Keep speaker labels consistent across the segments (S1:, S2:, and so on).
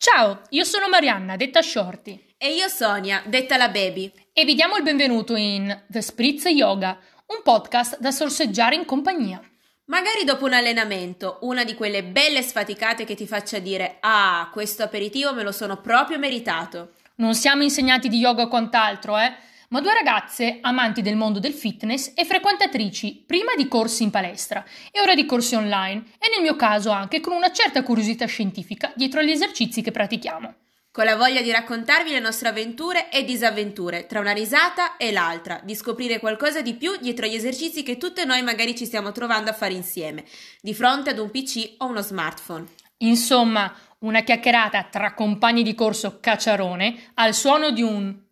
S1: Ciao, io sono Marianna, detta Shorty,
S2: E io Sonia, detta la baby.
S1: e vi diamo il benvenuto in The Spritz Yoga, un podcast da sorseggiare in compagnia.
S2: Magari dopo un allenamento, una di quelle belle sfaticate che ti faccia dire Ah, questo aperitivo me lo sono proprio meritato.
S1: Non siamo insegnati di yoga o quant'altro, eh? Ma due ragazze, amanti del mondo del fitness e frequentatrici prima di corsi in palestra e ora di corsi online, e nel mio caso anche con una certa curiosità scientifica dietro agli esercizi che pratichiamo.
S2: Con la voglia di raccontarvi le nostre avventure e disavventure, tra una risata e l'altra, di scoprire qualcosa di più dietro agli esercizi che tutte noi magari ci stiamo trovando a fare insieme, di fronte ad un PC o uno smartphone.
S1: Insomma, una chiacchierata tra compagni di corso cacciarone al suono di un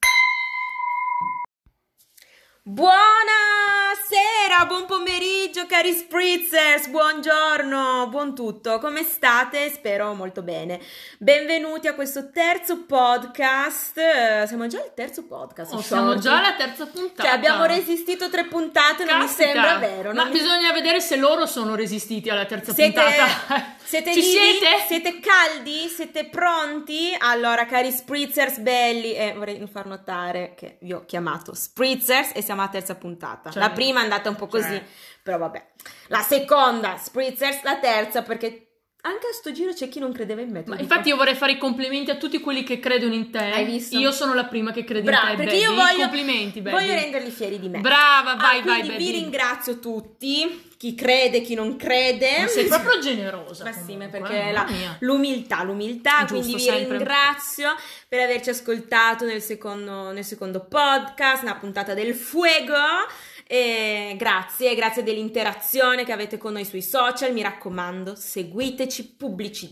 S2: Buonasera, buon pomeriggio cari spritzers, buongiorno, buon tutto, come state? Spero molto bene. Benvenuti a questo terzo podcast, eh, siamo già al terzo podcast.
S3: Oh,
S2: shorty.
S3: siamo già alla terza puntata.
S2: Cioè abbiamo resistito tre puntate, non mi
S3: Caspita.
S2: sembra vero. non
S3: Ma
S2: mi-
S3: bisogna vedere se loro sono resistiti alla terza
S2: Siete,
S3: puntata.
S2: siete
S3: Ci
S2: vivi?
S3: siete?
S2: Siete caldi? Siete pronti? Allora, cari spritzers belli, eh, vorrei far notare che vi ho chiamato spritzers e siamo alla terza puntata.
S3: Cioè,
S2: la prima è andata un po'
S3: cioè.
S2: così, però vabbè. La seconda, spritzers, la terza perché anche a sto giro c'è chi non credeva in me. te lo
S3: Ma
S2: dico.
S3: infatti io vorrei fare i complimenti a tutti quelli che credono in te.
S2: Hai visto?
S3: Io sono la prima che crede
S2: Brava,
S3: in te.
S2: perché
S3: Belli.
S2: io voglio,
S3: Complimenti, belli.
S2: voglio renderli fieri di me.
S3: Brava, vai, vai,
S2: Ah, quindi
S3: belli.
S2: vi ringrazio tutti, chi crede, chi non crede.
S3: Ma sei proprio generosa.
S2: Ma sì, ma
S3: comunque,
S2: perché
S3: eh,
S2: la-
S3: mamma mia.
S2: l'umiltà, l'umiltà,
S3: Giusto,
S2: quindi vi
S3: sempre.
S2: ringrazio per averci ascoltato nel secondo, nel secondo podcast, una puntata del fuego. E grazie, grazie dell'interazione che avete con noi sui social. Mi raccomando, seguiteci,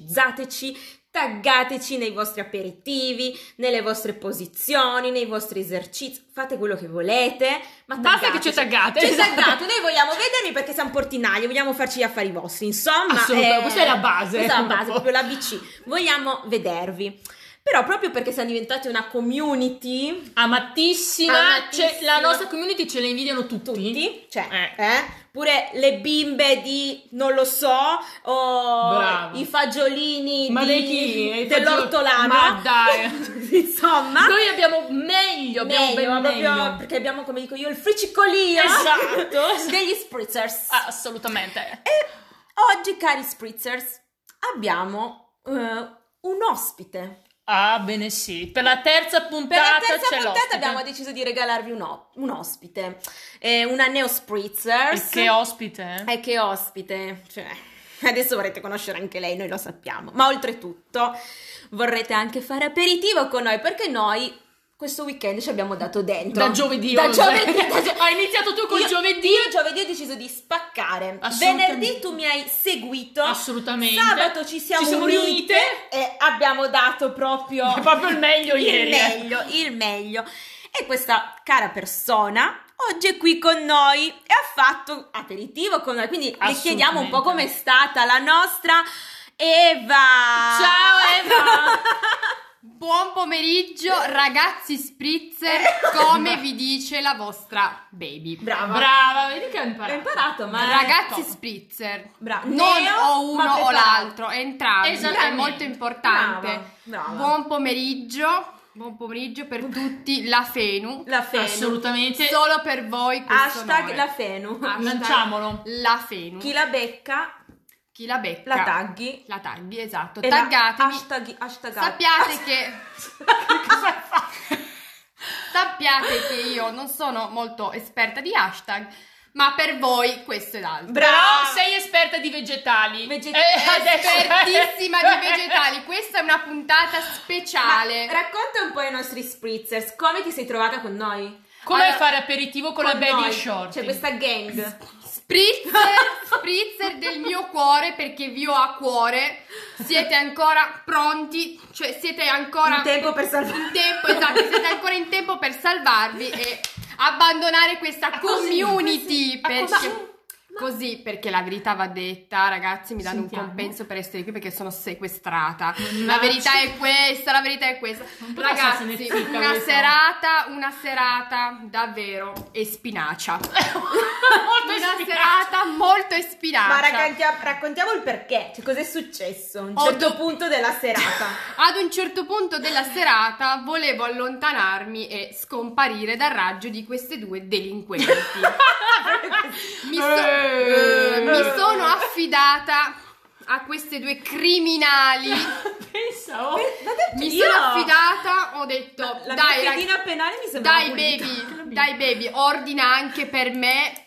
S2: pubblicizzateci. Taggateci nei vostri aperitivi, nelle vostre posizioni, nei vostri esercizi, fate quello che volete. Ma
S3: Basta che ci
S2: taggateci.
S3: taggate.
S2: Ci
S3: esatto.
S2: taggate, Cioè, noi vogliamo vedervi perché siamo portinali, vogliamo farci gli affari vostri, insomma.
S3: Assolutamente,
S2: eh,
S3: questa è la base,
S2: Questa è la
S3: proprio.
S2: base, proprio l'ABC. Vogliamo vedervi. Però proprio perché siamo diventati una community,
S3: Amatissima.
S2: Amatissima.
S3: Cioè, la nostra community ce la invidiano tutti.
S2: tutti, cioè,
S3: Eh.
S2: eh, pure le bimbe di, non lo so, o
S3: Bravo.
S2: i fagiolini
S3: Ma
S2: di-
S3: dei chi? I fagioli-
S2: dell'ortolano.
S3: Ma dai.
S2: insomma.
S3: Noi abbiamo meglio, abbiamo
S2: meglio,
S3: ben
S2: proprio
S3: meglio.
S2: perché abbiamo, come dico io, il friccicolio
S3: Esatto. Ah,
S2: degli spritzers.
S3: Assolutamente.
S2: E oggi, cari spritzers, abbiamo eh, un ospite.
S3: Ah, bene sì. Per la terza
S2: Per
S3: puntata
S2: la terza
S3: c'è
S2: puntata
S3: l'ospite.
S2: abbiamo deciso di regalarvi un, o- un ospite, eh, una neo
S3: E
S2: spritzers.
S3: che ospite. eh?
S2: E che ospite, cioè, adesso vorrete conoscere anche lei, noi lo sappiamo, ma oltretutto vorrete anche fare aperitivo con noi perché noi questo weekend ci abbiamo dato dentro.
S3: Da giovedì.
S2: Da
S3: oltre.
S2: giovedì, da gio-
S3: Hai iniziato tu col
S2: Io-
S3: giovedì.
S2: Io giovedì ho deciso di spaccare.
S3: Assolutamente.
S2: Venerdì tu mi hai seguito.
S3: Assolutamente.
S2: Sabato ci siamo,
S3: Ci siamo
S2: unite,
S3: riunite.
S2: e abbiamo dato proprio,
S3: È proprio il meglio
S2: il
S3: ieri. eh.
S2: meglio, il meglio. E questa cara persona oggi è qui con noi e ha fatto aperitivo con noi. Quindi le
S3: Assolutamente.
S2: chiediamo un po' com'è stata la nostra Eva.
S3: Ciao Eva.
S4: Buon pomeriggio ragazzi spritzer, come vi dice la vostra baby.
S2: Brava.
S3: Brava, vedi che ho
S2: Ho
S3: imparato.
S2: imparato, ma
S4: Ragazzi
S3: top.
S4: spritzer,
S2: Bra-
S4: non
S2: neo,
S4: o
S2: ma
S4: uno o
S2: preparato.
S4: l'altro, entrambi, è
S3: Esattamente.
S4: molto importante.
S2: Brava, brava.
S4: Buon pomeriggio, buon pomeriggio per tutti, la Fenu,
S2: la Fenu.
S3: Assolutamente.
S4: solo per voi questo
S2: Hashtag
S4: onore.
S2: la Fenu.
S3: Ah.
S4: Hashtag
S3: Lanciamolo.
S4: La Fenu,
S2: Chi la becca
S4: Chi la becca,
S2: la tagli.
S4: la tagli, esatto,
S2: E la-
S4: taggatemi,
S2: hashtag- hashtagate.
S4: sappiate che... Sappiate che io non sono molto esperta di hashtag, ma per voi questo è l'altro.
S2: Bra-
S3: Però sei esperta di vegetali. Eh,
S2: Veget-
S3: adesso-
S4: Espertissima di vegetali, questa è una puntata speciale.
S2: Ma racconta un po' ai nostri spritzers come ti sei trovata con noi.
S3: Come
S4: Allora,
S3: fare aperitivo con, la baby
S2: noi.
S3: short?
S2: C'è questa gang.
S4: Spritzer, spritzer del mio cuore perché vi ho a cuore. Siete ancora pronti? Cioè siete ancora
S2: In tempo per salvare.
S4: in tempo, esatto, siete ancora in tempo per salvarvi e abbandonare questa
S3: Ah, così, così.
S4: community
S3: Ah,
S4: perché
S3: così.
S4: Così, perché la verità va detta, ragazzi, mi danno
S3: Sentiamo.
S4: un compenso per essere qui perché sono sequestrata.
S3: Mannaggia.
S4: La verità è questa, la verità è questa.
S3: Non poteva starsene
S4: Ragazzi,
S3: zitta,
S4: una
S3: questa.
S4: serata, una serata davvero e spinacia.
S3: molto
S4: una
S3: ispirata.
S4: serata molto ispirata.
S2: Ma raccontia- raccontiamo il perché, cioè cos'è successo a un
S4: Ho
S2: certo
S4: do-
S2: punto della serata.
S4: Ad un certo punto della serata volevo allontanarmi e scomparire dal raggio di queste due delinquenti. Mi, so-
S3: Eh.
S4: eh, mi sono affidata a queste due criminali.
S2: oh.
S3: Pensavo.
S4: Mi sono affidata, ho detto,
S2: La
S4: dai,
S2: mia
S4: ragazzi,
S2: pedina penale mi sembra
S4: dai baby, dai baby, ordina anche per me.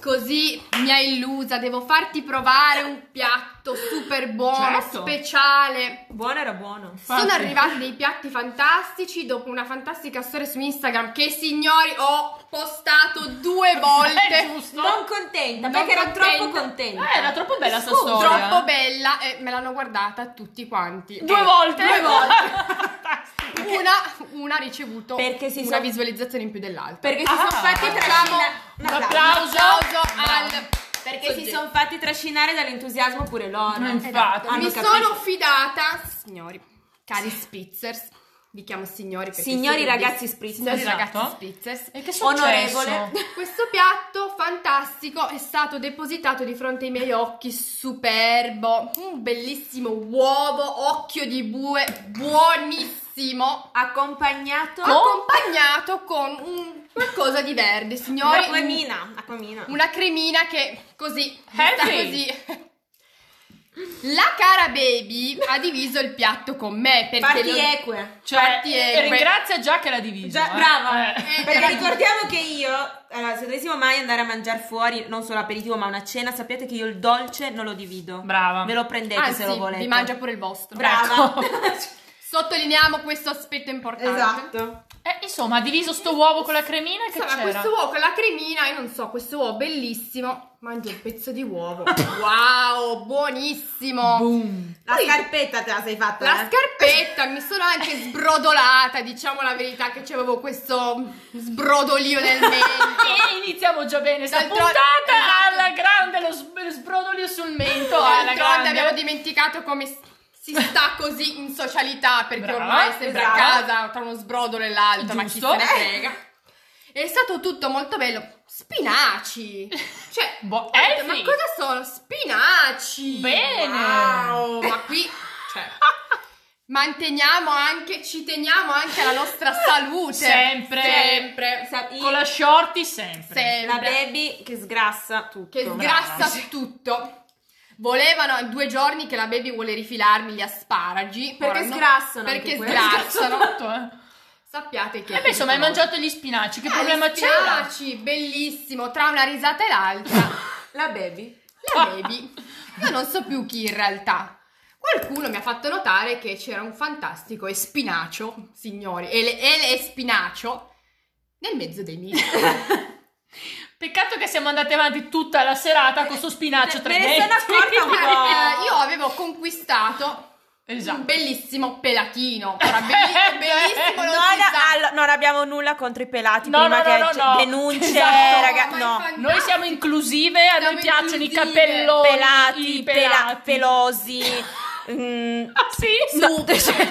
S4: Così mi hai illusa, devo farti provare un piatto super buono,
S3: Certo.
S4: speciale.
S2: Buono era buono.
S3: Infatti.
S4: Sono arrivati dei piatti fantastici dopo una fantastica storia su Instagram che signori ho postato due
S3: È
S4: volte.
S3: giusto.
S2: Non contenta,
S4: Non
S2: perché era
S4: contenta.
S2: troppo contenta.
S3: Eh, era troppo bella sta
S4: Fu
S3: storia.
S4: Troppo bella e me l'hanno guardata tutti quanti.
S3: Due
S4: Eh,
S3: volte.
S4: Due volte.
S3: Fantastico.
S4: Una, una ha ricevuto
S2: Perché si
S4: una
S2: son-
S4: visualizzazione in più dell'altra.
S2: Perché si
S3: Ah.
S2: sono fatti
S4: Facciamo
S2: trascinare.
S3: un
S2: No,
S3: applauso.
S4: Un applauso
S3: Bravo.
S4: al
S2: Perché si
S4: soggetto.
S2: sono fatti trascinare dall'entusiasmo pure loro.
S3: No, infatti.
S4: Esatto.
S2: Hanno
S4: Mi
S2: capito.
S4: sono fidata, signori, cari Spitzers, vi chiamo signori perché
S2: Signori
S4: siete dei-
S2: ragazzi Spritz.
S4: signori
S3: Esatto.
S4: ragazzi Spitzers.
S3: E che è successo?
S2: Onorevole.
S4: Questo piatto fantastico è stato depositato di fronte ai miei occhi, superbo, un bellissimo uovo, occhio di bue, buonissimo,
S2: Accompagnato
S4: accompagnato con un qualcosa di verde, signori. Mm,
S2: da Aquamina. Aquamina.
S4: Una cremina che così, sta
S3: Healthy.
S4: così. La cara baby ha diviso il piatto con me perché
S2: Parti
S4: lo-
S2: eque.
S3: Cioè,
S4: Infatti è-
S3: ringrazia già che l'ha diviso.
S2: Già,
S3: eh.
S2: brava.
S3: Eh.
S4: Eh,
S2: Perché
S4: era-
S2: ricordiamo che io, allora, se dovessimo mai andare a mangiare fuori, non solo aperitivo, ma una cena, sappiate che io il dolce non lo divido.
S3: Brava.
S2: Ve lo prendete
S4: Anzi,
S2: se lo volete.
S4: vi mangia pure il vostro.
S2: Brava.
S4: Sottolineiamo questo aspetto importante.
S2: esatto.
S3: Eh, insomma, ha diviso sto uovo con la cremina che
S4: Insomma,
S3: c'era.
S4: questo uovo con la cremina, io non so, questo uovo bellissimo. Mangio un pezzo di uovo. Wow, buonissimo.
S3: Boom.
S2: La
S4: Poi-
S2: scarpetta te la sei fatta. eh?
S4: La scarpetta mi sono anche sbrodolata, diciamo la verità, che c'avevo questo sbrodolio nel mento.
S3: E iniziamo già bene sta
S4: D'altronde-
S3: puntata
S4: esatto.
S3: alla grande, lo sb- sbrodolio sul mento alla
S4: D'altronde
S3: grande.
S4: abbiamo dimenticato come s- si sta così in socialità, perché
S3: Brava,
S4: ormai sembra a
S2: brava.
S4: casa tra uno sbrodolo e l'altro, ma chi
S3: esatto. Giusto.
S2: Eh.
S4: se ne frega. È stato tutto molto bello. Spinaci! Cioè,
S3: Boh,
S4: ho detto,
S3: healthy.
S4: ma cosa sono? Spinaci!
S3: Bene.
S4: Wow, ma qui, cioè, manteniamo anche, ci teniamo anche alla nostra salute.
S3: Sempre.
S4: Sempre.
S2: Sa- i-
S3: Con la shorty sempre.
S4: Sempre.
S2: la baby che sgrassa tutto.
S4: Che sgrassa tutto. Volevano è due giorni che la baby vuole rifilarmi gli asparagi.
S2: Perché
S4: Ora no,
S2: sgrassano anche
S4: Perché
S2: quelli.
S4: sgrassano.
S3: Tutto, eh.
S4: Sappiate che.
S3: E Eh, beh, insomma, hai mangiato gli spinaci, che
S4: Eh,
S3: problema
S4: gli
S3: c'era?
S4: spinaci, bellissimo, tra una risata e l'altra.
S2: La baby.
S4: La baby. Io non so più chi in realtà. Qualcuno mi ha fatto notare che c'era un fantastico espinacio, signori, ele, ele espinacio nel mezzo dei miei.
S3: Peccato che siamo andate avanti tutta la serata con sto spinaccio tra
S2: Me
S3: i
S2: ne sono
S3: denti.
S2: accorta un po'.
S4: Eh, io avevo conquistato un
S3: Esatto.
S4: bellissimo pelatino. Ora, belli- bellissimo, non si sa.
S2: Non, allo- non abbiamo nulla contro i pelati.
S3: No,
S2: prima
S3: no, no,
S2: che
S3: no,
S2: c-
S3: no.
S2: denunce, eh,
S3: Esatto.
S2: raga-
S4: Ma
S2: No.
S4: infatti-
S3: Noi siamo inclusive, a
S4: Siamo
S3: noi piacciono
S4: inclusive.
S3: i capelloni,
S2: Pelati,
S3: i
S2: pela-
S3: pelati.
S2: pelosi. mm,
S3: Ah, sì?
S2: No, cioè,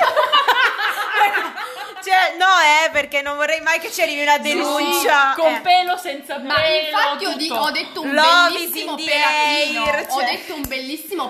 S2: cioè, no, eh, perché non vorrei mai che ci arrivi una denuncia.
S3: con
S2: Eh.
S3: pelo senza pelo.
S4: Ma infatti ho, di-
S3: tutto.
S4: ho detto un
S2: Love is
S4: bellissimo
S2: in the
S4: pelatino.
S2: air,
S4: Ho
S2: cioè.
S4: detto un bellissimo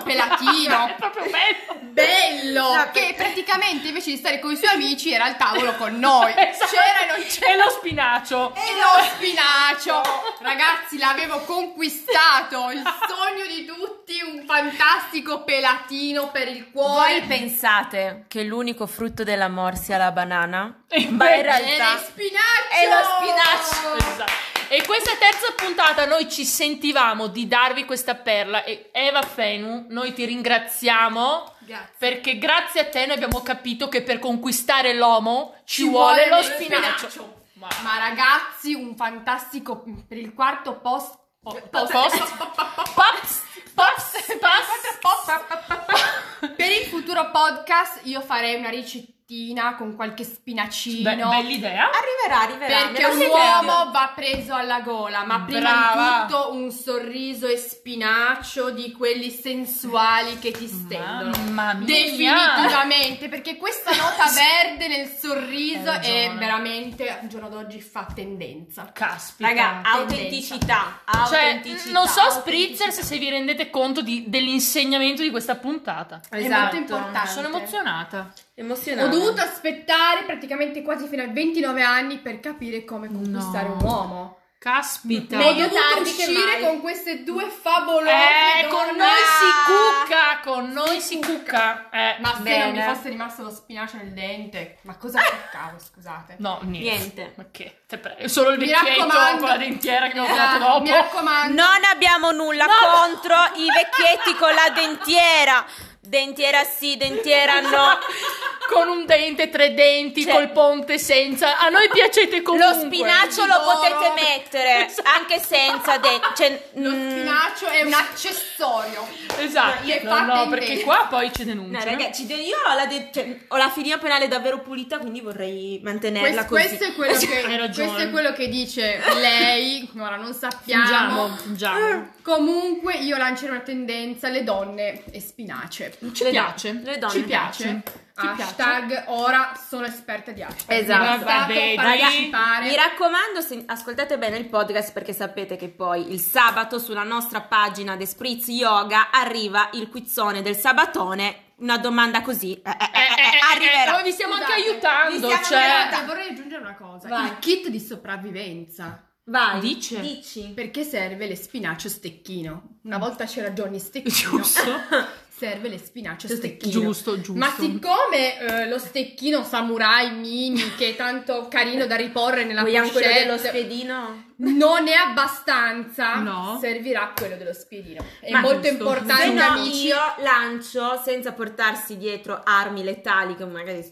S3: È
S4: pelatino.
S3: proprio bello.
S4: Bello!
S2: No,
S4: che
S2: perché-
S4: praticamente invece di stare con i suoi amici era al tavolo con noi.
S3: Esatto.
S4: C'era e non c'era.
S3: E lo spinacio.
S4: E lo spinacio! Ragazzi, l'avevo conquistato! Il sogno di tutti, un fantastico pelatino per il cuore.
S2: Voi pensate che l'unico frutto dell'amor sia la banana?
S3: E
S2: Ma in
S3: invece-
S4: E
S2: realtà
S4: lo spinaccio!
S2: E lo
S3: Esatto. E questa terza puntata noi ci sentivamo di darvi questa perla e Eva Fenu, noi ti ringraziamo
S4: Grazie.
S3: perché grazie a te noi abbiamo capito che per conquistare l'uomo ci, vuole, lo spinacio. Ma-
S4: Ma ragazzi, un fantastico per il quarto post po-
S2: Eh,
S4: post-
S3: Post? Pops, pops, pops.
S4: Per il futuro podcast io farei una ricettina pastina con qualche spinacino.
S3: Be- bella idea.
S2: Arriverà, arriverà.
S4: Perché un uomo va preso alla gola, ma prima
S3: Brava.
S4: di tutto un sorriso e spinaccio di quelli sensuali che ti stendono.
S3: Mamma mia.
S4: Definitivamente, perché questa nota verde nel sorriso
S3: Hai
S4: è
S3: ragione.
S4: veramente al giorno d'oggi fa tendenza.
S3: Caspita.
S2: Raga,
S4: tendenza.
S2: autenticità,
S3: Cioè,
S2: autenticità.
S3: non so
S2: autenticità.
S3: Spritzer se se vi rendete conto di- dell'insegnamento di questa puntata.
S4: È molto importante.
S3: Esatto. Sono emozionata.
S4: Ho
S2: Emozionante.
S4: dovuto aspettare praticamente quasi fino ai 29 anni per capire come conquistare
S3: No.
S4: un uomo.
S3: Caspita.
S4: Ho
S2: Meglio
S4: dovuto
S2: tardi che mai.
S4: uscire con queste due favolose
S3: Eh,
S4: donne.
S3: con noi si cucca, con noi si cucca. Eh,
S4: Ma se non mi
S2: Bene.
S4: fosse rimasto lo spinacio nel dente, ma cosa toccavo, scusate?
S3: Ah! no, niente.
S2: Niente.
S3: Ma che? Te pre- Solo il
S4: Mi
S3: vecchietto
S4: raccomando.
S3: con la dentiera che mi ho fatto
S4: Eh,
S3: dopo.
S4: Mi raccomando,
S2: Non abbiamo nulla contro i vecchietti con la dentiera. Dentiera sì, dentiera no.
S3: Con un dente, tre denti,
S2: Cioè-
S3: col ponte senza. A noi piacete comunque. Esatto.
S2: Lo spinaccio lo potete mettere anche senza denti. Cioè,
S4: Esatto. lo
S2: mm,
S4: spinacio è un accessorio.
S3: Esatto.
S4: Che
S3: No,
S4: fa
S3: no, perché
S4: tendere.
S3: qua poi c'è
S2: No,
S3: denuncia.
S2: raga, ci de- io ho la, de- cioè, ho la fedina penale davvero pulita, quindi vorrei mantenerla così.
S4: Questo,
S2: Eh
S4: questo è quello
S3: Hai
S4: che,
S3: ragione.
S4: questo è quello che dice lei, ora non
S3: Fingiamo,
S4: sappiamo.
S3: fingiamo.
S4: Comunque io lancerò una tendenza, le donne e spinace.
S3: Ci
S2: Le Eh,
S3: piace.
S2: donne- le donne
S4: Ci piace. hashtag ora sono esperta di hashtag.
S2: Esatto.
S4: Mi basta
S3: Vabbè,
S4: partecipare.
S2: Mi raccomando, se- ascoltate bene il podcast perché sapete che poi il sabato sulla nostra pagina The Spritz Yoga arriva il quizzone del sabatone. Una domanda così eh, eh, eh,
S3: Eh, eh, eh, eh,
S2: arriverà.
S3: noi vi stiamo anche
S4: Scusate,
S3: aiutando.
S2: vi stiamo
S3: cioè...
S4: Guardate, vorrei aggiungere una cosa,
S2: Vai.
S4: il kit di sopravvivenza.
S2: Vai,
S3: Dice.
S2: dici.
S4: Perché serve le spinaccio stecchino? Una volta c'era Johnny Stecchino.
S3: Giusto.
S4: Serve le spinaccio stecchino.
S3: Giusto, giusto.
S4: Ma siccome eh, lo stecchino samurai mini che è tanto carino da riporre nella
S2: Vogliamo quello dello
S4: pochette
S2: spiedino?
S4: non è abbastanza,
S3: No.
S4: servirà quello dello spiedino. È
S3: Ma
S4: molto
S3: giusto.
S4: importante,
S2: Se no,
S4: amici.
S2: io lancio senza portarsi dietro armi letali che magari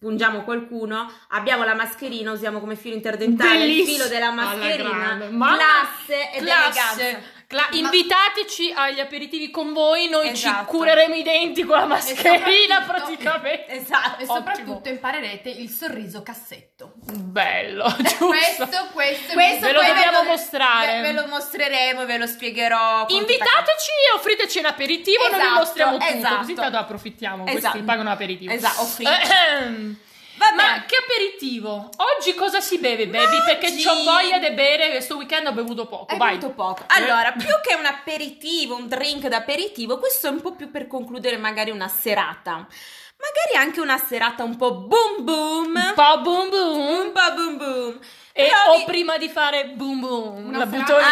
S2: pungiamo qualcuno. Abbiamo la mascherina, usiamo come filo interdentale il
S3: Bellissimo.
S2: filo della
S3: Alla
S2: mascherina.
S3: grande. Mamma-
S2: Classe ed
S3: Classe.
S2: eleganza.
S3: Cla- invitateci agli aperitivi con voi, noi ci
S2: Esatto.
S3: cureremo i denti con la mascherina
S4: soprattutto-
S3: praticamente.
S2: Esatto.
S4: E
S3: Ottimo.
S4: soprattutto imparerete il sorriso cassetto.
S3: Bello, giusto.
S4: Questo, questo,
S2: Questo
S3: Ve lo
S2: poi
S3: dobbiamo
S2: ve lo-
S3: mostrare.
S2: Ve, ve lo mostreremo, ve lo spiegherò. con tutta
S3: Invitateci e offriteci un aperitivo, noi vi
S2: Esatto,
S3: mostriamo tutto, così
S2: esatto.
S3: intanto approfittiamo,
S2: Esatto.
S3: questi pagano aperitivo.
S2: Esatto, offrite.
S3: Ehm.
S2: Va
S3: Ma
S2: bene.
S3: che aperitivo? Oggi cosa si beve, baby?
S2: Ma
S3: Perché
S2: oggi-
S3: ho voglia di bere, questo weekend ho bevuto poco,
S2: Hai
S3: vai. Eh.
S2: molto poco. Allora, più che un aperitivo, un drink d'aperitivo, questo è un po' più per concludere magari una serata. Magari anche una serata un po' boom boom.
S3: Un po' boom boom.
S2: Un po' boom boom.
S3: E
S2: Però
S3: o
S2: vi-
S3: prima di fare boom boom,
S4: Una
S3: la
S4: fra-
S3: butto lì.
S2: Ah!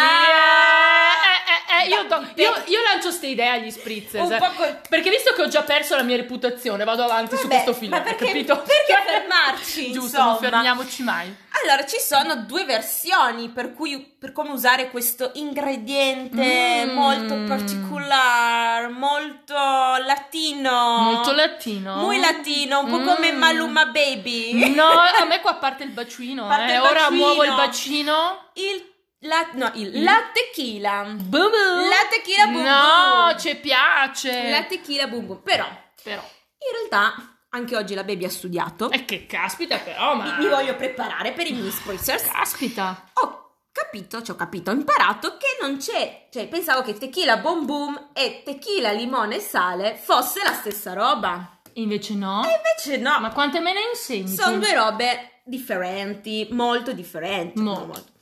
S3: Eh, eh, eh, io, do-
S2: Dai,
S3: io- io lancio ste idee agli spritzers.
S2: Un po' col-
S3: Perché visto che ho già perso la mia reputazione, vado avanti su
S2: Vabbè,
S3: questo film.
S2: ma perché-
S3: capito?
S2: perché
S3: Cioè,
S2: fermarci,
S3: Giusto, non
S2: insomma?
S3: fermiamoci mai.
S2: Allora, ci sono due versioni per, cui, per come usare questo ingrediente
S3: Mm.
S2: molto particolare, molto latino.
S3: Molto latino.
S2: Muy latino, un po'
S3: Mm.
S2: come Maluma Baby.
S3: No, a me qua parte il bacino.
S2: Parte
S3: eh.
S2: il
S3: Ora
S2: bacino.
S3: muovo il bacino.
S2: Il, la, no,
S3: Mm.
S2: il, la tequila.
S3: Boom boom.
S2: La tequila boom
S3: No,
S2: boom.
S3: ci piace.
S2: La tequila boom boom. Però, in
S3: però.
S2: realtà, anche oggi la Baby ha studiato.
S3: E che caspita però,
S2: Mi,
S3: ma...
S2: mi voglio preparare per i mini spritzers.
S3: Caspita.
S2: Ho capito, ci ho capito, ho imparato che non c'è... Cioè, pensavo che tequila boom boom e tequila, limone e sale fosse la stessa roba.
S3: Invece no. Ah,
S2: E invece no.
S3: Ma quante me ne insegni?
S2: Sono
S3: tu?
S2: due robe differenti, molto differenti.
S3: Molto.
S2: no, molto.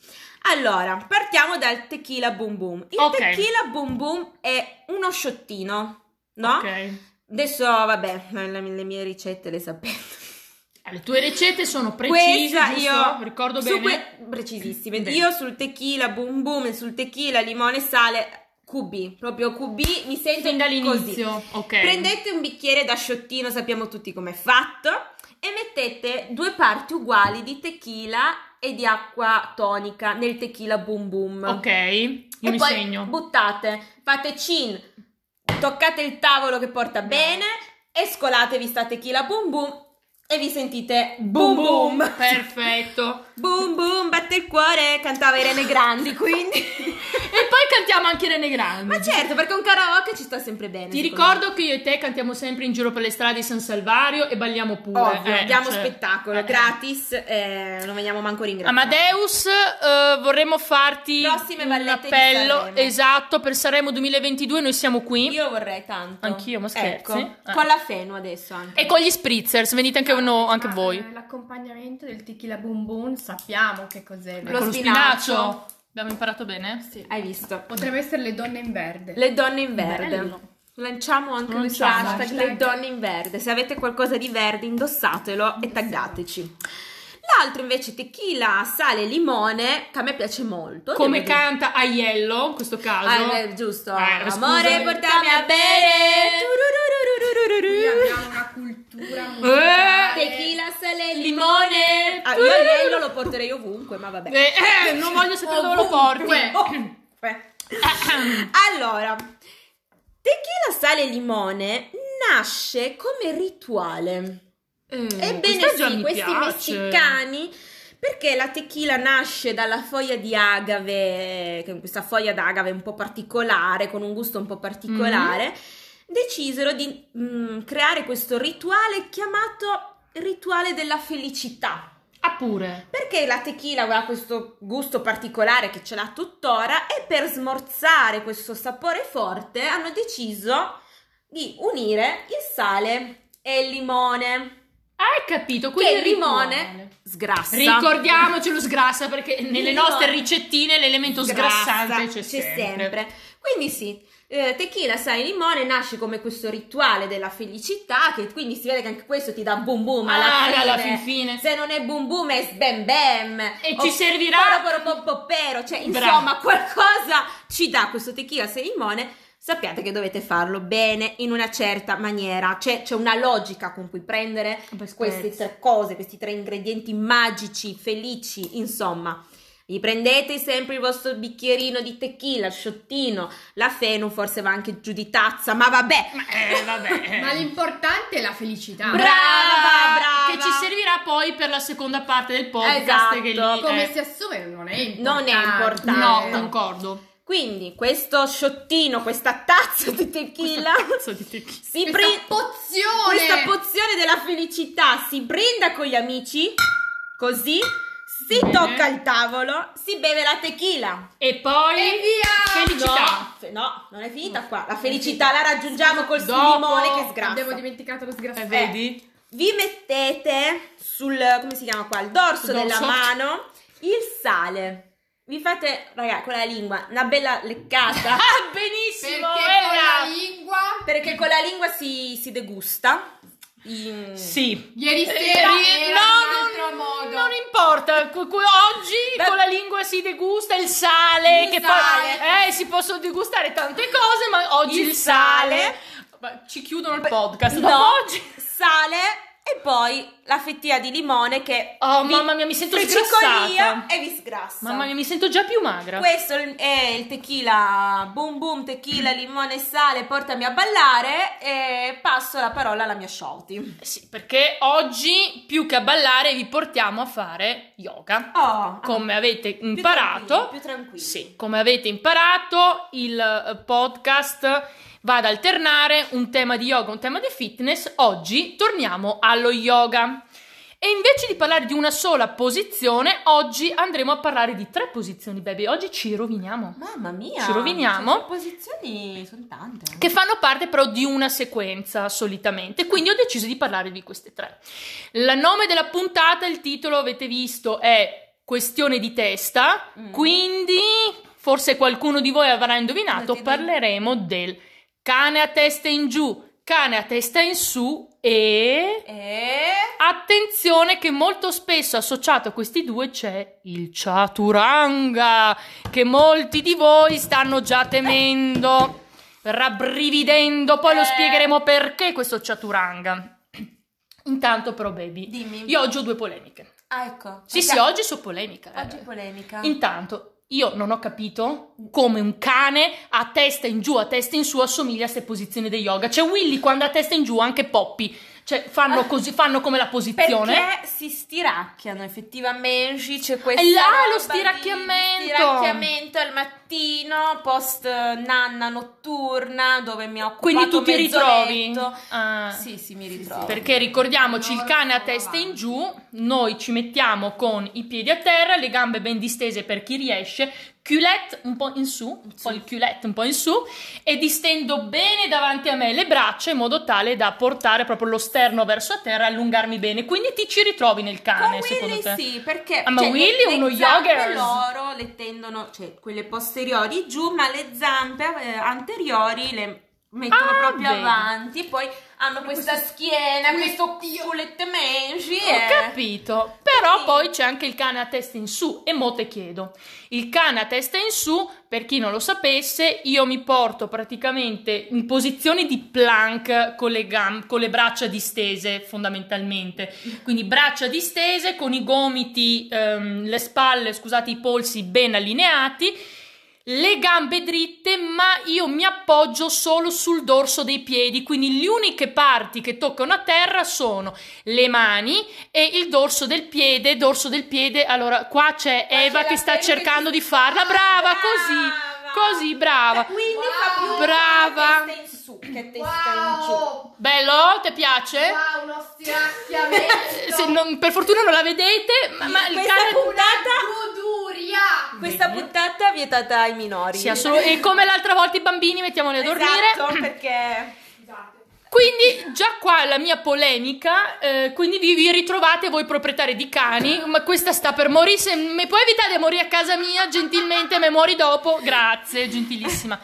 S2: Allora, partiamo dal tequila boom boom. Il
S3: Ok.
S2: tequila boom boom è uno sciottino, no?
S3: Ok. Eh,
S2: Adesso, vabbè, le, le mie ricette le sapete.
S3: Eh, Le tue ricette sono precise,
S2: Questa
S3: giusto?
S2: io
S3: ricordo
S2: su
S3: bene.
S2: que- precisissime.
S3: Bene.
S2: Io sul tequila boom boom e sul tequila limone e sale QB, proprio QB, mi sento
S3: Fin
S2: così.
S3: dall'inizio, ok.
S2: Prendete un bicchiere da sciottino, sappiamo tutti com'è fatto, e mettete due parti uguali di tequila e di acqua tonica nel tequila boom boom.
S3: Ok, io
S2: E
S3: mi
S2: poi
S3: segno.
S2: buttate, fate cin, toccate il tavolo che porta bene, escolatevi sta tequila boom boom e vi sentite boom boom.
S3: Perfetto.
S2: Boom boom, batte il cuore, cantava Irene Grandi, quindi...
S3: E poi cantiamo ma anche Irene Grandi.
S2: Ma certo, perché un karaoke ci sta sempre bene.
S3: Ti
S2: secondo me.
S3: ricordo che io e te cantiamo sempre in giro per le strade di San Salvario e balliamo pure.
S2: Ovvio,
S3: eh,
S2: diamo
S3: cioè.
S2: spettacolo
S3: Eh. Ah,
S2: gratis, eh, non veniamo manco ringraziati.
S3: Amadeus, eh, vorremmo farti
S2: Prossime
S3: un
S2: vallette di
S3: appello
S2: Sanremo.
S3: esatto per Sanremo 2022. Noi siamo qui.
S2: Io vorrei tanto.
S3: Anch'io, ma scherzi?
S2: Ecco,
S3: Ah.
S2: con la Fenu adesso anche.
S3: E con gli spritzers, venite anche, no- anche
S5: Ah,
S3: voi.
S5: eh, L'accompagnamento del tequila boom boom sappiamo che cos'è.
S2: Lo
S3: Con
S2: spinacio.
S3: Abbiamo imparato bene?
S5: Sì.
S2: Hai visto?
S5: Potrebbe essere le donne in verde.
S2: Le donne in verde.
S3: Bello.
S2: Lanciamo anche
S3: Non
S2: un
S3: c'è un
S2: hashtag
S5: hashtag.
S2: le donne in verde. Se avete qualcosa di verde, indossatelo e taggateci. L'altro invece tequila, sale e limone, che a me piace molto.
S3: Come
S2: devo dire.
S3: canta Aiello in questo caso.
S2: Ah, è giusto.
S3: Eh,
S2: Amore,
S3: scusami.
S2: portami a bere.
S5: Qui abbiamo una cultura
S3: Eh.
S5: musicale.
S2: Tequila, sale e
S3: Limone.
S2: Ah, io all'ello lo porterei ovunque, ma vabbè.
S3: Eh, eh, non voglio sapere dove lo porti.
S2: Ovunque. Ovunque. eh. allora, tequila, sale e limone nasce come rituale. Ebbene
S3: Mm, questa già
S2: sì,
S3: mi
S2: questi
S3: piace.
S2: messicani, perché la tequila nasce dalla foglia di agave, che è questa foglia d'agave un po' particolare, con un gusto un po' particolare,
S3: Mm-hmm.
S2: decisero di mm, creare questo rituale chiamato rituale della felicità.
S3: Ah, pure.
S2: Perché la tequila ha questo gusto particolare che ce l'ha tuttora e per smorzare questo sapore forte hanno deciso di unire il sale e il limone.
S3: Hai capito?
S2: Che
S3: Quindi
S2: il limone
S3: rituale.
S2: sgrassa.
S3: Ricordiamocelo sgrassa perché nelle
S2: Il
S3: nostre
S2: limone
S3: riccettine l'elemento sgrassante c'è, sempre.
S2: Quindi sì, eh, tequila, sale, limone nasce come questo rituale della felicità che quindi si vede che anche questo ti dà boom boom alla,
S3: Ah,
S2: fine.
S3: alla fin fine.
S2: Se non è boom boom è sbam bam.
S3: E ci servirà-
S2: Pero, cioè
S3: Brava.
S2: insomma qualcosa ci dà questo tequila, sale, limone. Sappiate che dovete farlo bene in una certa maniera, c'è, c'è una logica con cui prendere queste tre cose, questi tre ingredienti magici, felici, insomma. Vi prendete sempre il vostro bicchierino di tequila, il sciottino, la fenu forse va anche giù di tazza, ma vabbè.
S3: Ma, eh, vabbè.
S4: Ma l'importante è la felicità.
S2: Bra- Brava, brava.
S3: Che ci servirà poi per la seconda parte del podcast.
S2: Esatto,
S3: Che lì,
S4: Come
S3: eh,
S4: si assume non è importante.
S2: Non è importante.
S3: No,
S2: Eh.
S3: concordo.
S2: Quindi questo sciottino, questa tazza di tequila,
S3: Cazzo di tequila.
S2: si
S4: Questa
S2: brin-
S4: pozione.
S2: questa pozione della felicità si brinda con gli amici, così, si
S3: Bene.
S2: tocca il tavolo, si beve la tequila.
S3: E poi
S4: E via!
S3: felicità.
S2: No, fe- no, non è finita qua. La felicità la raggiungiamo col
S3: Dopo
S2: limone che sgrassa.
S4: Abbiamo dimenticato lo sgrassato.
S3: Eh, vedi?
S2: vi mettete sul come si chiama qua il dorso
S3: Sul
S2: della
S3: dorso.
S2: mano il sale vi fate raga con la lingua una bella leccata
S3: Ah,
S4: Eh. Perché
S3: benissimo.
S4: con la
S3: bella.
S4: lingua
S2: perché con la lingua si, si degusta In-
S3: Sì.
S4: ieri
S3: Eh,
S4: sera
S3: ri-
S4: era
S3: no,
S4: un altro
S3: non,
S4: modo.
S3: non importa. Cu- cu- Oggi
S2: Beh.
S3: con la lingua si degusta il sale.
S4: Il
S3: che
S4: sale.
S3: poi eh, si possono degustare tante cose, ma oggi il,
S2: Il
S3: sale.
S2: sale.
S3: Ma Ci chiudono il podcast.
S2: no
S3: Dopo oggi.
S2: sale e poi la fettina di limone che
S3: Oh,
S2: vi
S3: mamma mia, mi sento
S2: fricicolia
S3: sgrassata.
S2: e vi sgrassa
S3: Mamma mia, mi sento già più magra.
S2: questo è il tequila boom boom tequila limone e sale portami a ballare e passo la parola alla mia shorty
S3: Sì, perché oggi più che a ballare vi portiamo a fare yoga.
S2: oh
S3: Come avete
S2: più
S3: imparato,
S2: tranquilli, più tranquilli.
S3: sì, come avete imparato, il eh, podcast va ad alternare un tema di yoga, un tema di fitness. Oggi torniamo allo yoga. E invece di parlare di una sola posizione, oggi andremo a parlare di tre posizioni, baby. Oggi ci roviniamo.
S2: Mamma mia!
S3: Ci roviniamo.
S2: Cioè, le posizioni sono tante.
S3: che fanno parte però di una sequenza solitamente, quindi ho deciso di parlare di queste tre. Il nome della puntata, il titolo avete visto è Questione di testa,
S2: Mm.
S3: quindi forse qualcuno di voi avrà
S2: Non ti
S3: indovinato,
S2: do-
S3: parleremo del cane a testa in giù, cane a testa in su e
S2: E...
S3: attenzione che molto spesso associato a questi due c'è il chaturanga che molti di voi stanno già temendo, rabbrividendo, poi lo
S2: Eh.
S3: spiegheremo perché questo chaturanga. Intanto però baby,
S2: Dimmi.
S3: io oggi ho due polemiche.
S2: Ah, ecco.
S3: Sì, sì, oggi sono polemica. eh.
S2: Oggi polemica.
S3: Intanto io non ho capito come un cane a testa in giù, a testa in su assomiglia a queste posizioni di yoga. C'è Willy quando a testa in giù, anche Poppy. Cioè, fanno così, fanno come la posizione.
S2: Ah. Perché si stiracchiano effettivamente, c'è questa
S3: Eh là, lo
S2: roba di
S3: stiracchiamento!
S2: stiracchiamento al mattino, post eh, nanna notturna, dove mi occupo
S3: Quindi tu ti ritrovi. Ah.
S2: Sì, sì, mi ritrovo.
S3: Perché ricordiamoci il cane a testa in giù, noi ci mettiamo con i piedi a terra, le gambe ben distese per chi riesce, culette un po' in su, un po' il culette un po' in su e distendo bene davanti a me le braccia in modo tale da portare proprio lo sterno verso terra, allungarmi bene. Quindi ti ci ritrovi nel
S2: Con
S3: cane, secondo
S2: Willy
S3: te?
S2: sì, perché
S3: Ah, ma
S2: cioè,
S3: Willy
S2: le,
S3: è uno
S2: le zampe
S3: joggers.
S2: loro le tendono, cioè quelle posteriori giù, ma le zampe eh, anteriori le mettono
S3: Ah,
S2: proprio
S3: vedi.
S2: avanti, poi hanno questa schiena, questo culette menci
S3: Ho
S2: e-
S3: capito, però
S2: eh. Sì.
S3: poi c'è anche il cane a testa in su e mo te chiedo. Il cane a testa in su, per chi non lo sapesse, io mi porto praticamente in posizione di plank con le, gam- con le braccia distese fondamentalmente. Quindi braccia distese con i gomiti, ehm, le spalle, scusate, i polsi ben allineati. Le gambe dritte, ma io mi appoggio solo sul dorso dei piedi, quindi le uniche parti che toccano a terra sono le mani e il dorso del piede, dorso del piede. Allora, qua c'è
S2: Qua
S3: Eva
S2: c'è
S3: che
S2: la
S3: sta
S2: Penny
S3: cercando
S2: che
S3: di
S2: ci-
S3: farla. Brava,
S2: Brava!
S3: così, così, brava.
S2: Quindi fa più
S3: Brava.
S2: testa in su che testa in giù.
S4: Wow!
S3: Bello, ti piace?
S4: Wow, uno stiracchiamento!
S3: Eh, se non- per fortuna non la vedete, ma, ma il
S2: Questa
S3: cane
S2: puntata,
S4: Una goduria!
S2: questa puntata è vietata ai minori.
S3: sia solo e come l'altra volta i bambini mettiamoli a dormire.
S2: Esatto, perché
S3: Quindi già qua la mia polemica, eh, quindi vi, vi ritrovate voi proprietari di cani, ma questa sta per morire, se mi puoi evitare di morire a casa mia gentilmente, me muori dopo, grazie, gentilissima.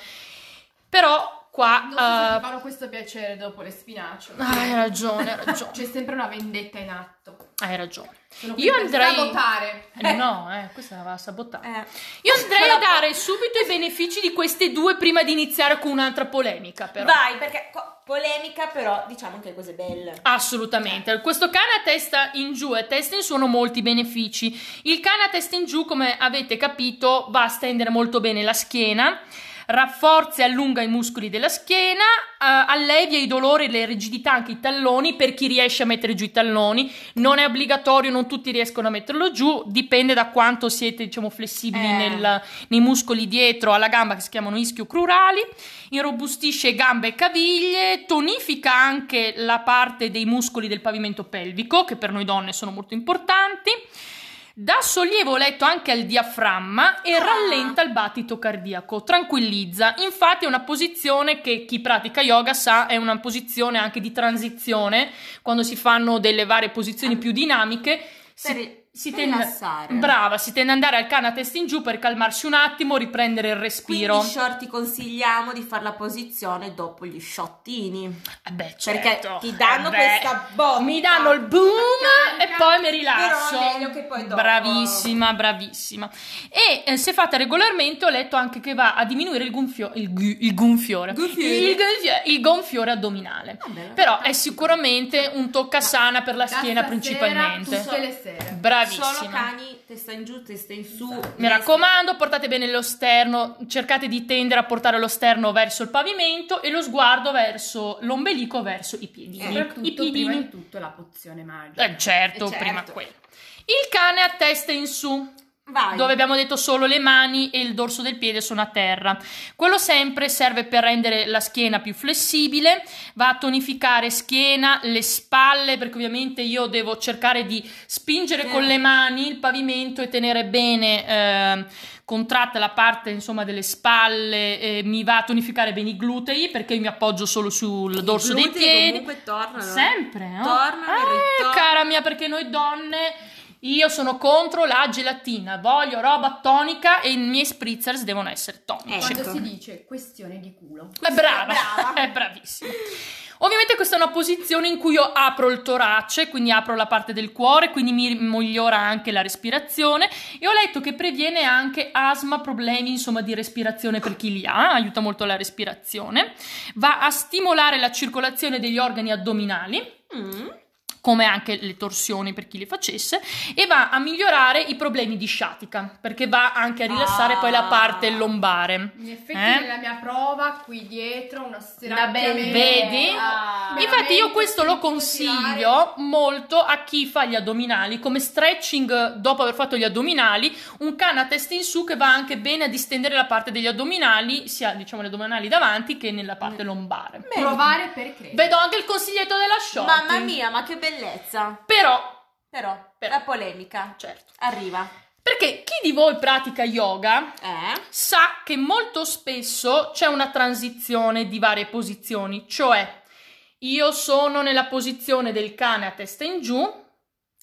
S3: Però qua...
S4: Non so se ti
S3: eh,
S4: fanno questo piacere dopo le spinacio.
S3: ah, hai ragione, hai ragione,
S4: C'è sempre una vendetta in atto.
S3: hai ragione.
S4: Sono qui
S3: Io
S4: per
S3: andrei...
S4: sabotare.
S3: Eh, no, eh, questa va sabotata.
S2: eh,
S3: Io andrei a dare subito i benefici di queste due prima di iniziare con un'altra polemica, però.
S2: vai, perché co- polemica però diciamo anche cose
S3: Ah,
S2: belle.
S3: Assolutamente, questo cane a testa in giù e a testa in su hanno molti benefici. Il cane a testa in giù, come avete capito, va a stendere molto bene la schiena, rafforza e allunga i muscoli della schiena, eh, allevia i dolori e le rigidità anche i talloni per chi riesce a mettere giù i talloni. Non è obbligatorio, non tutti riescono a metterlo giù, dipende da quanto siete diciamo, flessibili
S2: Eh.
S3: nel- nei muscoli dietro alla gamba che si chiamano ischio-crurali irrobustisce gambe e caviglie, tonifica anche la parte dei muscoli del pavimento pelvico, che per noi donne sono molto importanti, dà sollievo ho letto anche al diaframma e
S2: Ah.
S3: rallenta il battito cardiaco, tranquillizza. Infatti è una posizione che chi pratica yoga sa è una posizione anche di transizione, quando si fanno delle varie posizioni più dinamiche. si-
S2: Per-
S3: si
S2: per
S3: tende-
S2: rilassare.
S3: Brava, si tende ad andare al cane a testa in giù per calmarsi un attimo, riprendere il respiro.
S2: Quindi short ti consigliamo di fare la posizione dopo gli sciottini.
S3: Eh beh,
S2: Perché
S3: certo.
S2: ti danno
S3: Eh beh.
S2: questa botta.
S3: Mi danno il boom e poi mi rilasso.
S2: Però è meglio che poi dopo.
S3: Bravissima, bravissima. E eh, se fate regolarmente, ho letto anche che va a diminuire il, gonfio- il, gu- il gonfiore.
S2: Gonfiore.
S3: Il, gonfio- il gonfiore addominale.
S2: Vabbè,
S3: Però è sicuramente un tocca sana per la schiena
S4: Da stasera,
S3: principalmente.
S4: Tutte le sere.
S2: Solo
S3: Bravissima.
S2: cani, testa in giù, testa in su.
S3: Mi raccomando, portate bene lo sterno, cercate di tendere a portare lo sterno verso il pavimento e lo sguardo verso l'ombelico, verso i piedini. Eh, I
S4: Soprattutto, prima
S3: piedini.
S4: di Eh, tutto, la pozione magica.
S3: Eh, certo,
S2: Eh, certo.
S3: prima quello. Il cane a testa in su,
S2: Vai.
S3: dove abbiamo detto solo le mani e il dorso del piede sono a terra. Quello sempre serve per rendere la schiena più flessibile, va a tonificare schiena, le spalle, perché ovviamente io devo cercare di spingere
S2: Eh.
S3: con le mani il pavimento e tenere bene ehm, contratta la parte insomma delle spalle, eh, mi va a tonificare bene i glutei perché io mi appoggio solo sul
S2: I
S3: dorso dei
S2: glutei
S3: piedi.
S2: Comunque tornano.
S3: Sempre, no?
S2: Tornano e
S3: Eh,
S2: ritornano.
S3: cara mia, perché noi donne, io sono contro la gelatina, voglio roba tonica e i miei spritzers devono essere tonici.
S4: Quando
S2: Ecco.
S4: si dice questione di culo.
S3: È brava,
S2: brava.
S3: è bravissima. Ovviamente questa è una posizione in cui io apro il torace, quindi apro la parte del cuore, quindi mi migliora anche la respirazione e ho letto che previene anche asma, problemi insomma di respirazione per chi li ha, aiuta molto la respirazione, va a stimolare la circolazione degli organi addominali
S2: Mm.
S3: come anche le torsioni per chi le facesse, e va a migliorare i problemi di sciatica, perché va anche a rilassare
S2: Ah.
S3: poi la parte lombare.
S4: In effetti
S3: Eh?
S4: nella mia prova qui dietro una sera
S5: Da ben
S4: che-
S3: vedi?
S4: Ah.
S2: Ah.
S3: Infatti io
S4: Veramente
S3: questo lo
S4: si può
S3: consiglio molto a chi fa gli addominali, come stretching dopo aver fatto gli addominali, un canna a testa in su che va anche bene a distendere la parte degli addominali, sia diciamo gli addominali davanti che nella
S2: Mm.
S3: parte lombare.
S4: tirare, Provare per credere.
S3: Vedo anche il consiglietto della short.
S2: Mamma mia, ma che bellezza.
S3: Però,
S2: Però,
S3: Però.
S2: la polemica
S3: certo.
S2: arriva.
S3: Perché chi di voi pratica yoga
S2: Eh?
S3: sa che molto spesso c'è una transizione di varie posizioni, cioè io sono nella posizione del cane a testa in giù,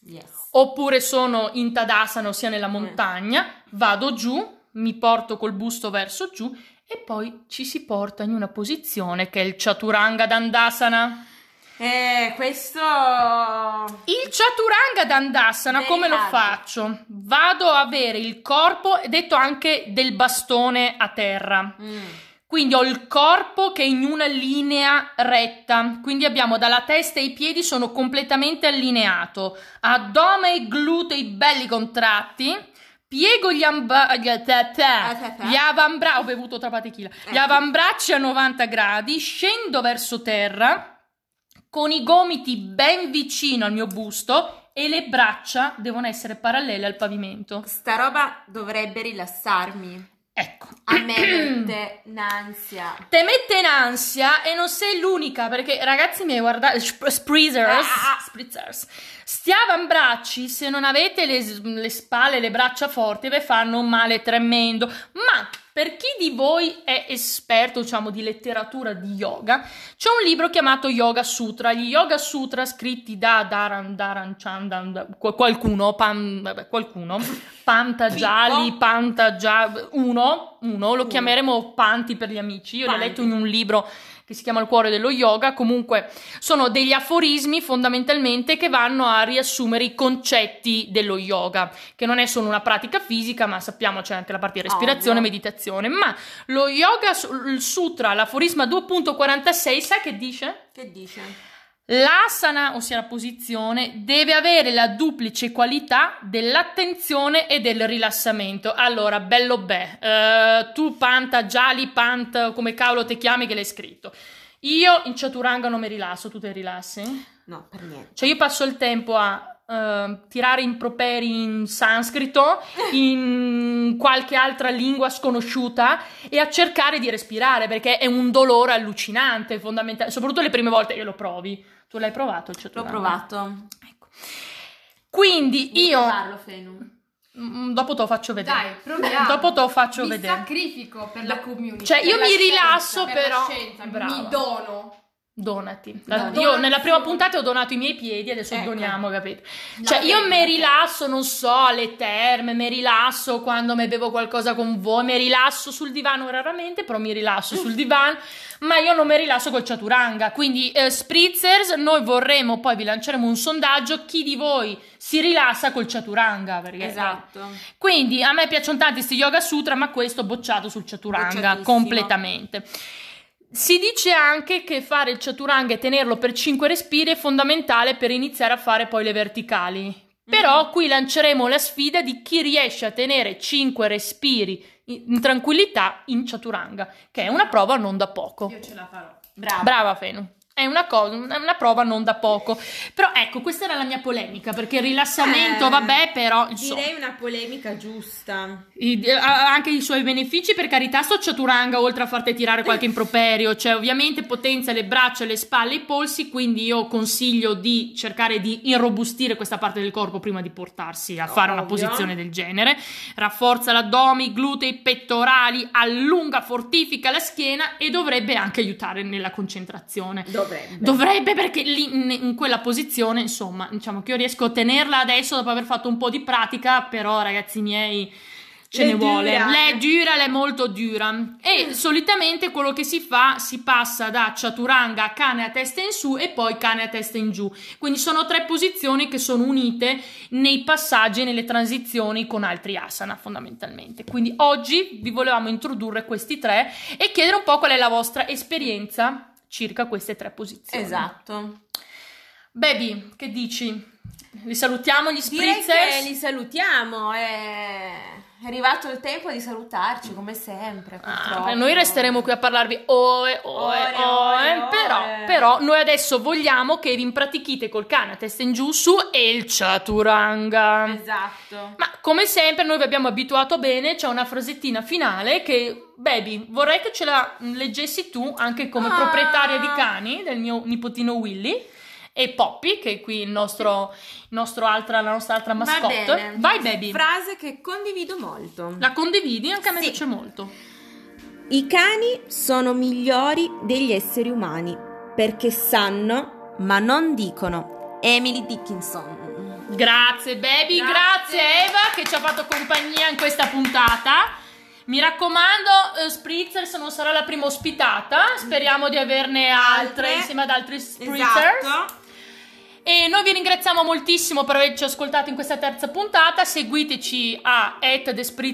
S2: Yes.
S3: oppure sono in Tadasana, ossia nella montagna, vado giù, mi porto col busto verso giù e poi ci si porta in una posizione che è il Chaturanga Dandasana.
S2: Eh, questo... Ah,
S3: Il Chaturanga Dandasana
S2: Delicato.
S3: come lo faccio? Vado a avere il corpo, detto anche del bastone a terra.
S2: mm,
S3: Quindi ho il corpo che è in una linea retta, quindi abbiamo dalla testa ai piedi sono completamente allineato, addome e glutei belli contratti, piego gli, amba- eh, gli, ta- ta-
S2: ta- ta.
S3: gli avambra- ho bevuto troppa tequila. gli
S2: Eh.
S3: avambracci a 90 gradi, scendo verso terra con i gomiti ben vicino al mio busto e le braccia devono essere parallele al pavimento.
S2: Sta roba dovrebbe rilassarmi.
S3: Ecco.
S2: A me mette un'ansia.
S3: Te mette in ansia e non sei l'unica perché ragazzi miei guardate sp- spritzers,
S2: Ah.
S3: spritzers sti avambracci se non avete le, s- le spalle le braccia forti vi fanno un male tremendo ma per chi di voi è esperto diciamo di letteratura di yoga c'è un libro chiamato Yoga Sutra gli Yoga Sutra scritti da Daran Daran Chandan da- qua- qualcuno Pan- vabbè, qualcuno Pantagiali,
S2: Pippo.
S3: Pantagiali, uno, uno, lo
S2: Uno.
S3: chiameremo Panti per gli amici. Io l'ho
S2: Panti.
S3: letto in un libro che si chiama Il cuore dello yoga. Comunque, sono degli aforismi fondamentalmente che vanno a riassumere i concetti dello yoga, che non è solo una pratica fisica, ma sappiamo c'è anche la parte di respirazione,
S2: Ovvio.
S3: meditazione. Ma lo yoga, su- il sutra, l'aforisma 2.46, sa che dice?
S2: Che dice?
S3: L'asana, ossia la posizione, deve avere la duplice qualità dell'attenzione e del rilassamento. Allora, bello beh, eh, tu panta, gialli, pant, come cavolo te chiami che l'hai scritto. Io in chaturanga non mi rilasso, tu te rilassi?
S2: No, per niente.
S3: Cioè io passo il tempo a eh, tirare improperi in sanscrito, in qualche altra lingua sconosciuta e a cercare di respirare perché è un dolore allucinante, fondamentale, soprattutto le prime volte che lo provi. Tu l'hai provato? il
S2: L'ho
S3: chaturanga?
S2: provato.
S3: Ecco. Quindi io
S5: Parlo, Fenu.
S3: Mm, dopo te lo faccio vedere.
S4: Dai, proviamo.
S3: Dopo te lo faccio
S4: mi
S3: vedere.
S4: sacrifico per la community.
S3: Cioè,
S4: per
S3: io
S4: la
S3: mi
S4: scienza,
S3: rilasso,
S4: per la
S3: però-
S4: scienza,
S3: Brava.
S4: mi dono.
S3: Donati. La-
S2: Donati.
S3: Io nella prima puntata ho donato i miei piedi, adesso
S2: Ecco.
S3: doniamo, capito?
S4: No,
S3: Cioè, io
S4: bene,
S3: mi
S4: ok.
S3: rilasso, non so, alle terme, mi rilasso quando mi bevo qualcosa con voi, mi rilasso sul divano raramente, però mi rilasso sul divano, ma io non mi rilasso col chaturanga. Quindi, eh, spritzers, noi vorremmo, poi vi lanceremo un sondaggio, chi di voi si rilassa col chaturanga, perché- eh,
S2: Esatto.
S3: quindi a me piacciono tanti sti yoga sutra, ma questo bocciato sul chaturanga
S2: Bocciatissimo.
S3: completamente. Si dice anche che fare il chaturanga e tenerlo per 5 respiri è fondamentale per iniziare a fare poi le verticali.
S2: Mm-hmm.
S3: Però qui lanceremo la sfida di chi riesce a tenere 5 respiri in, in tranquillità in chaturanga, che è una prova non da poco.
S5: Io ce la farò.
S2: Bravo.
S3: Brava Fenu. È una, cosa, è una prova non da poco. Però ecco, questa era la mia polemica, perché il rilassamento,
S2: Eh,
S3: vabbè, però... Insomma.
S2: Direi una polemica giusta.
S3: I- eh, ha anche i suoi benefici, per carità, sto chaturanga oltre a farti tirare qualche improperio, cioè ovviamente potenzia le braccia, le spalle, i polsi, quindi io consiglio di cercare di irrobustire questa parte del corpo prima di portarsi a fare una
S2: Ovvio.
S3: posizione del genere. Rafforza l'addome, i glutei, i pettorali, allunga, fortifica la schiena e dovrebbe anche aiutare nella concentrazione.
S2: Dovrebbe.
S3: Dovrebbe perché lì in, in quella posizione, insomma, diciamo che io riesco a tenerla adesso dopo aver fatto un po' di pratica, però ragazzi miei ce
S2: Le
S3: ne vuole.
S2: dura.
S3: Lei è dura, lei è molto dura. E solitamente quello che si fa, si passa da chaturanga a cane a testa in su e poi cane a testa in giù. Quindi sono tre posizioni che sono unite nei passaggi e nelle transizioni con altri asana fondamentalmente. Quindi oggi vi volevamo introdurre questi tre e chiedere un po' qual è la vostra esperienza circa queste tre posizioni.
S2: Esatto.
S3: Baby, che dici? Li salutiamo gli
S2: Direi che
S3: spritzers?
S2: li salutiamo. È è arrivato il tempo di salutarci, come sempre.
S3: Ah,
S2: purtroppo.
S3: noi resteremo qui a parlarvi oe, oe,
S2: Ore,
S3: oe,
S2: ore,
S3: però,
S2: ore.
S3: però noi adesso vogliamo che vi impratichite col cane a testa in giù su e il chaturanga.
S2: Esatto.
S3: Ma come sempre noi vi abbiamo abituato bene, c'è una frasettina finale che, baby, vorrei che ce la leggessi tu anche come
S2: Ah.
S3: proprietaria di cani del mio nipotino Willy e Poppy, che è qui il nostro, il nostro altra, la nostra altra mascotte.
S2: Va bene.
S3: Vai baby,
S2: Frase che condivido molto.
S3: la condividi, anche a me
S2: Sì.
S3: piace molto.
S2: I cani sono migliori degli esseri umani perché sanno, ma non dicono. Emily Dickinson.
S3: Grazie baby, grazie. Eva che ci ha fatto compagnia in questa puntata. Mi raccomando, eh, Spritzers non sarà la prima ospitata, speriamo di averne altre,
S2: Altre. Esatto.
S3: insieme ad altri Spritzers. E noi vi ringraziamo moltissimo per averci ascoltato in questa terza puntata. Seguiteci a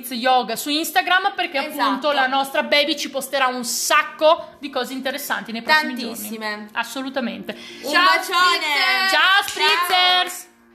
S3: Yoga su Instagram perché
S2: Esatto.
S3: appunto la nostra baby ci posterà un sacco di cose interessanti nei prossimi giorni.
S2: Tantissime.
S3: Assolutamente.
S2: Un
S4: Ciao,
S2: bacione.
S4: Spritzer.
S3: Ciao Spritzers!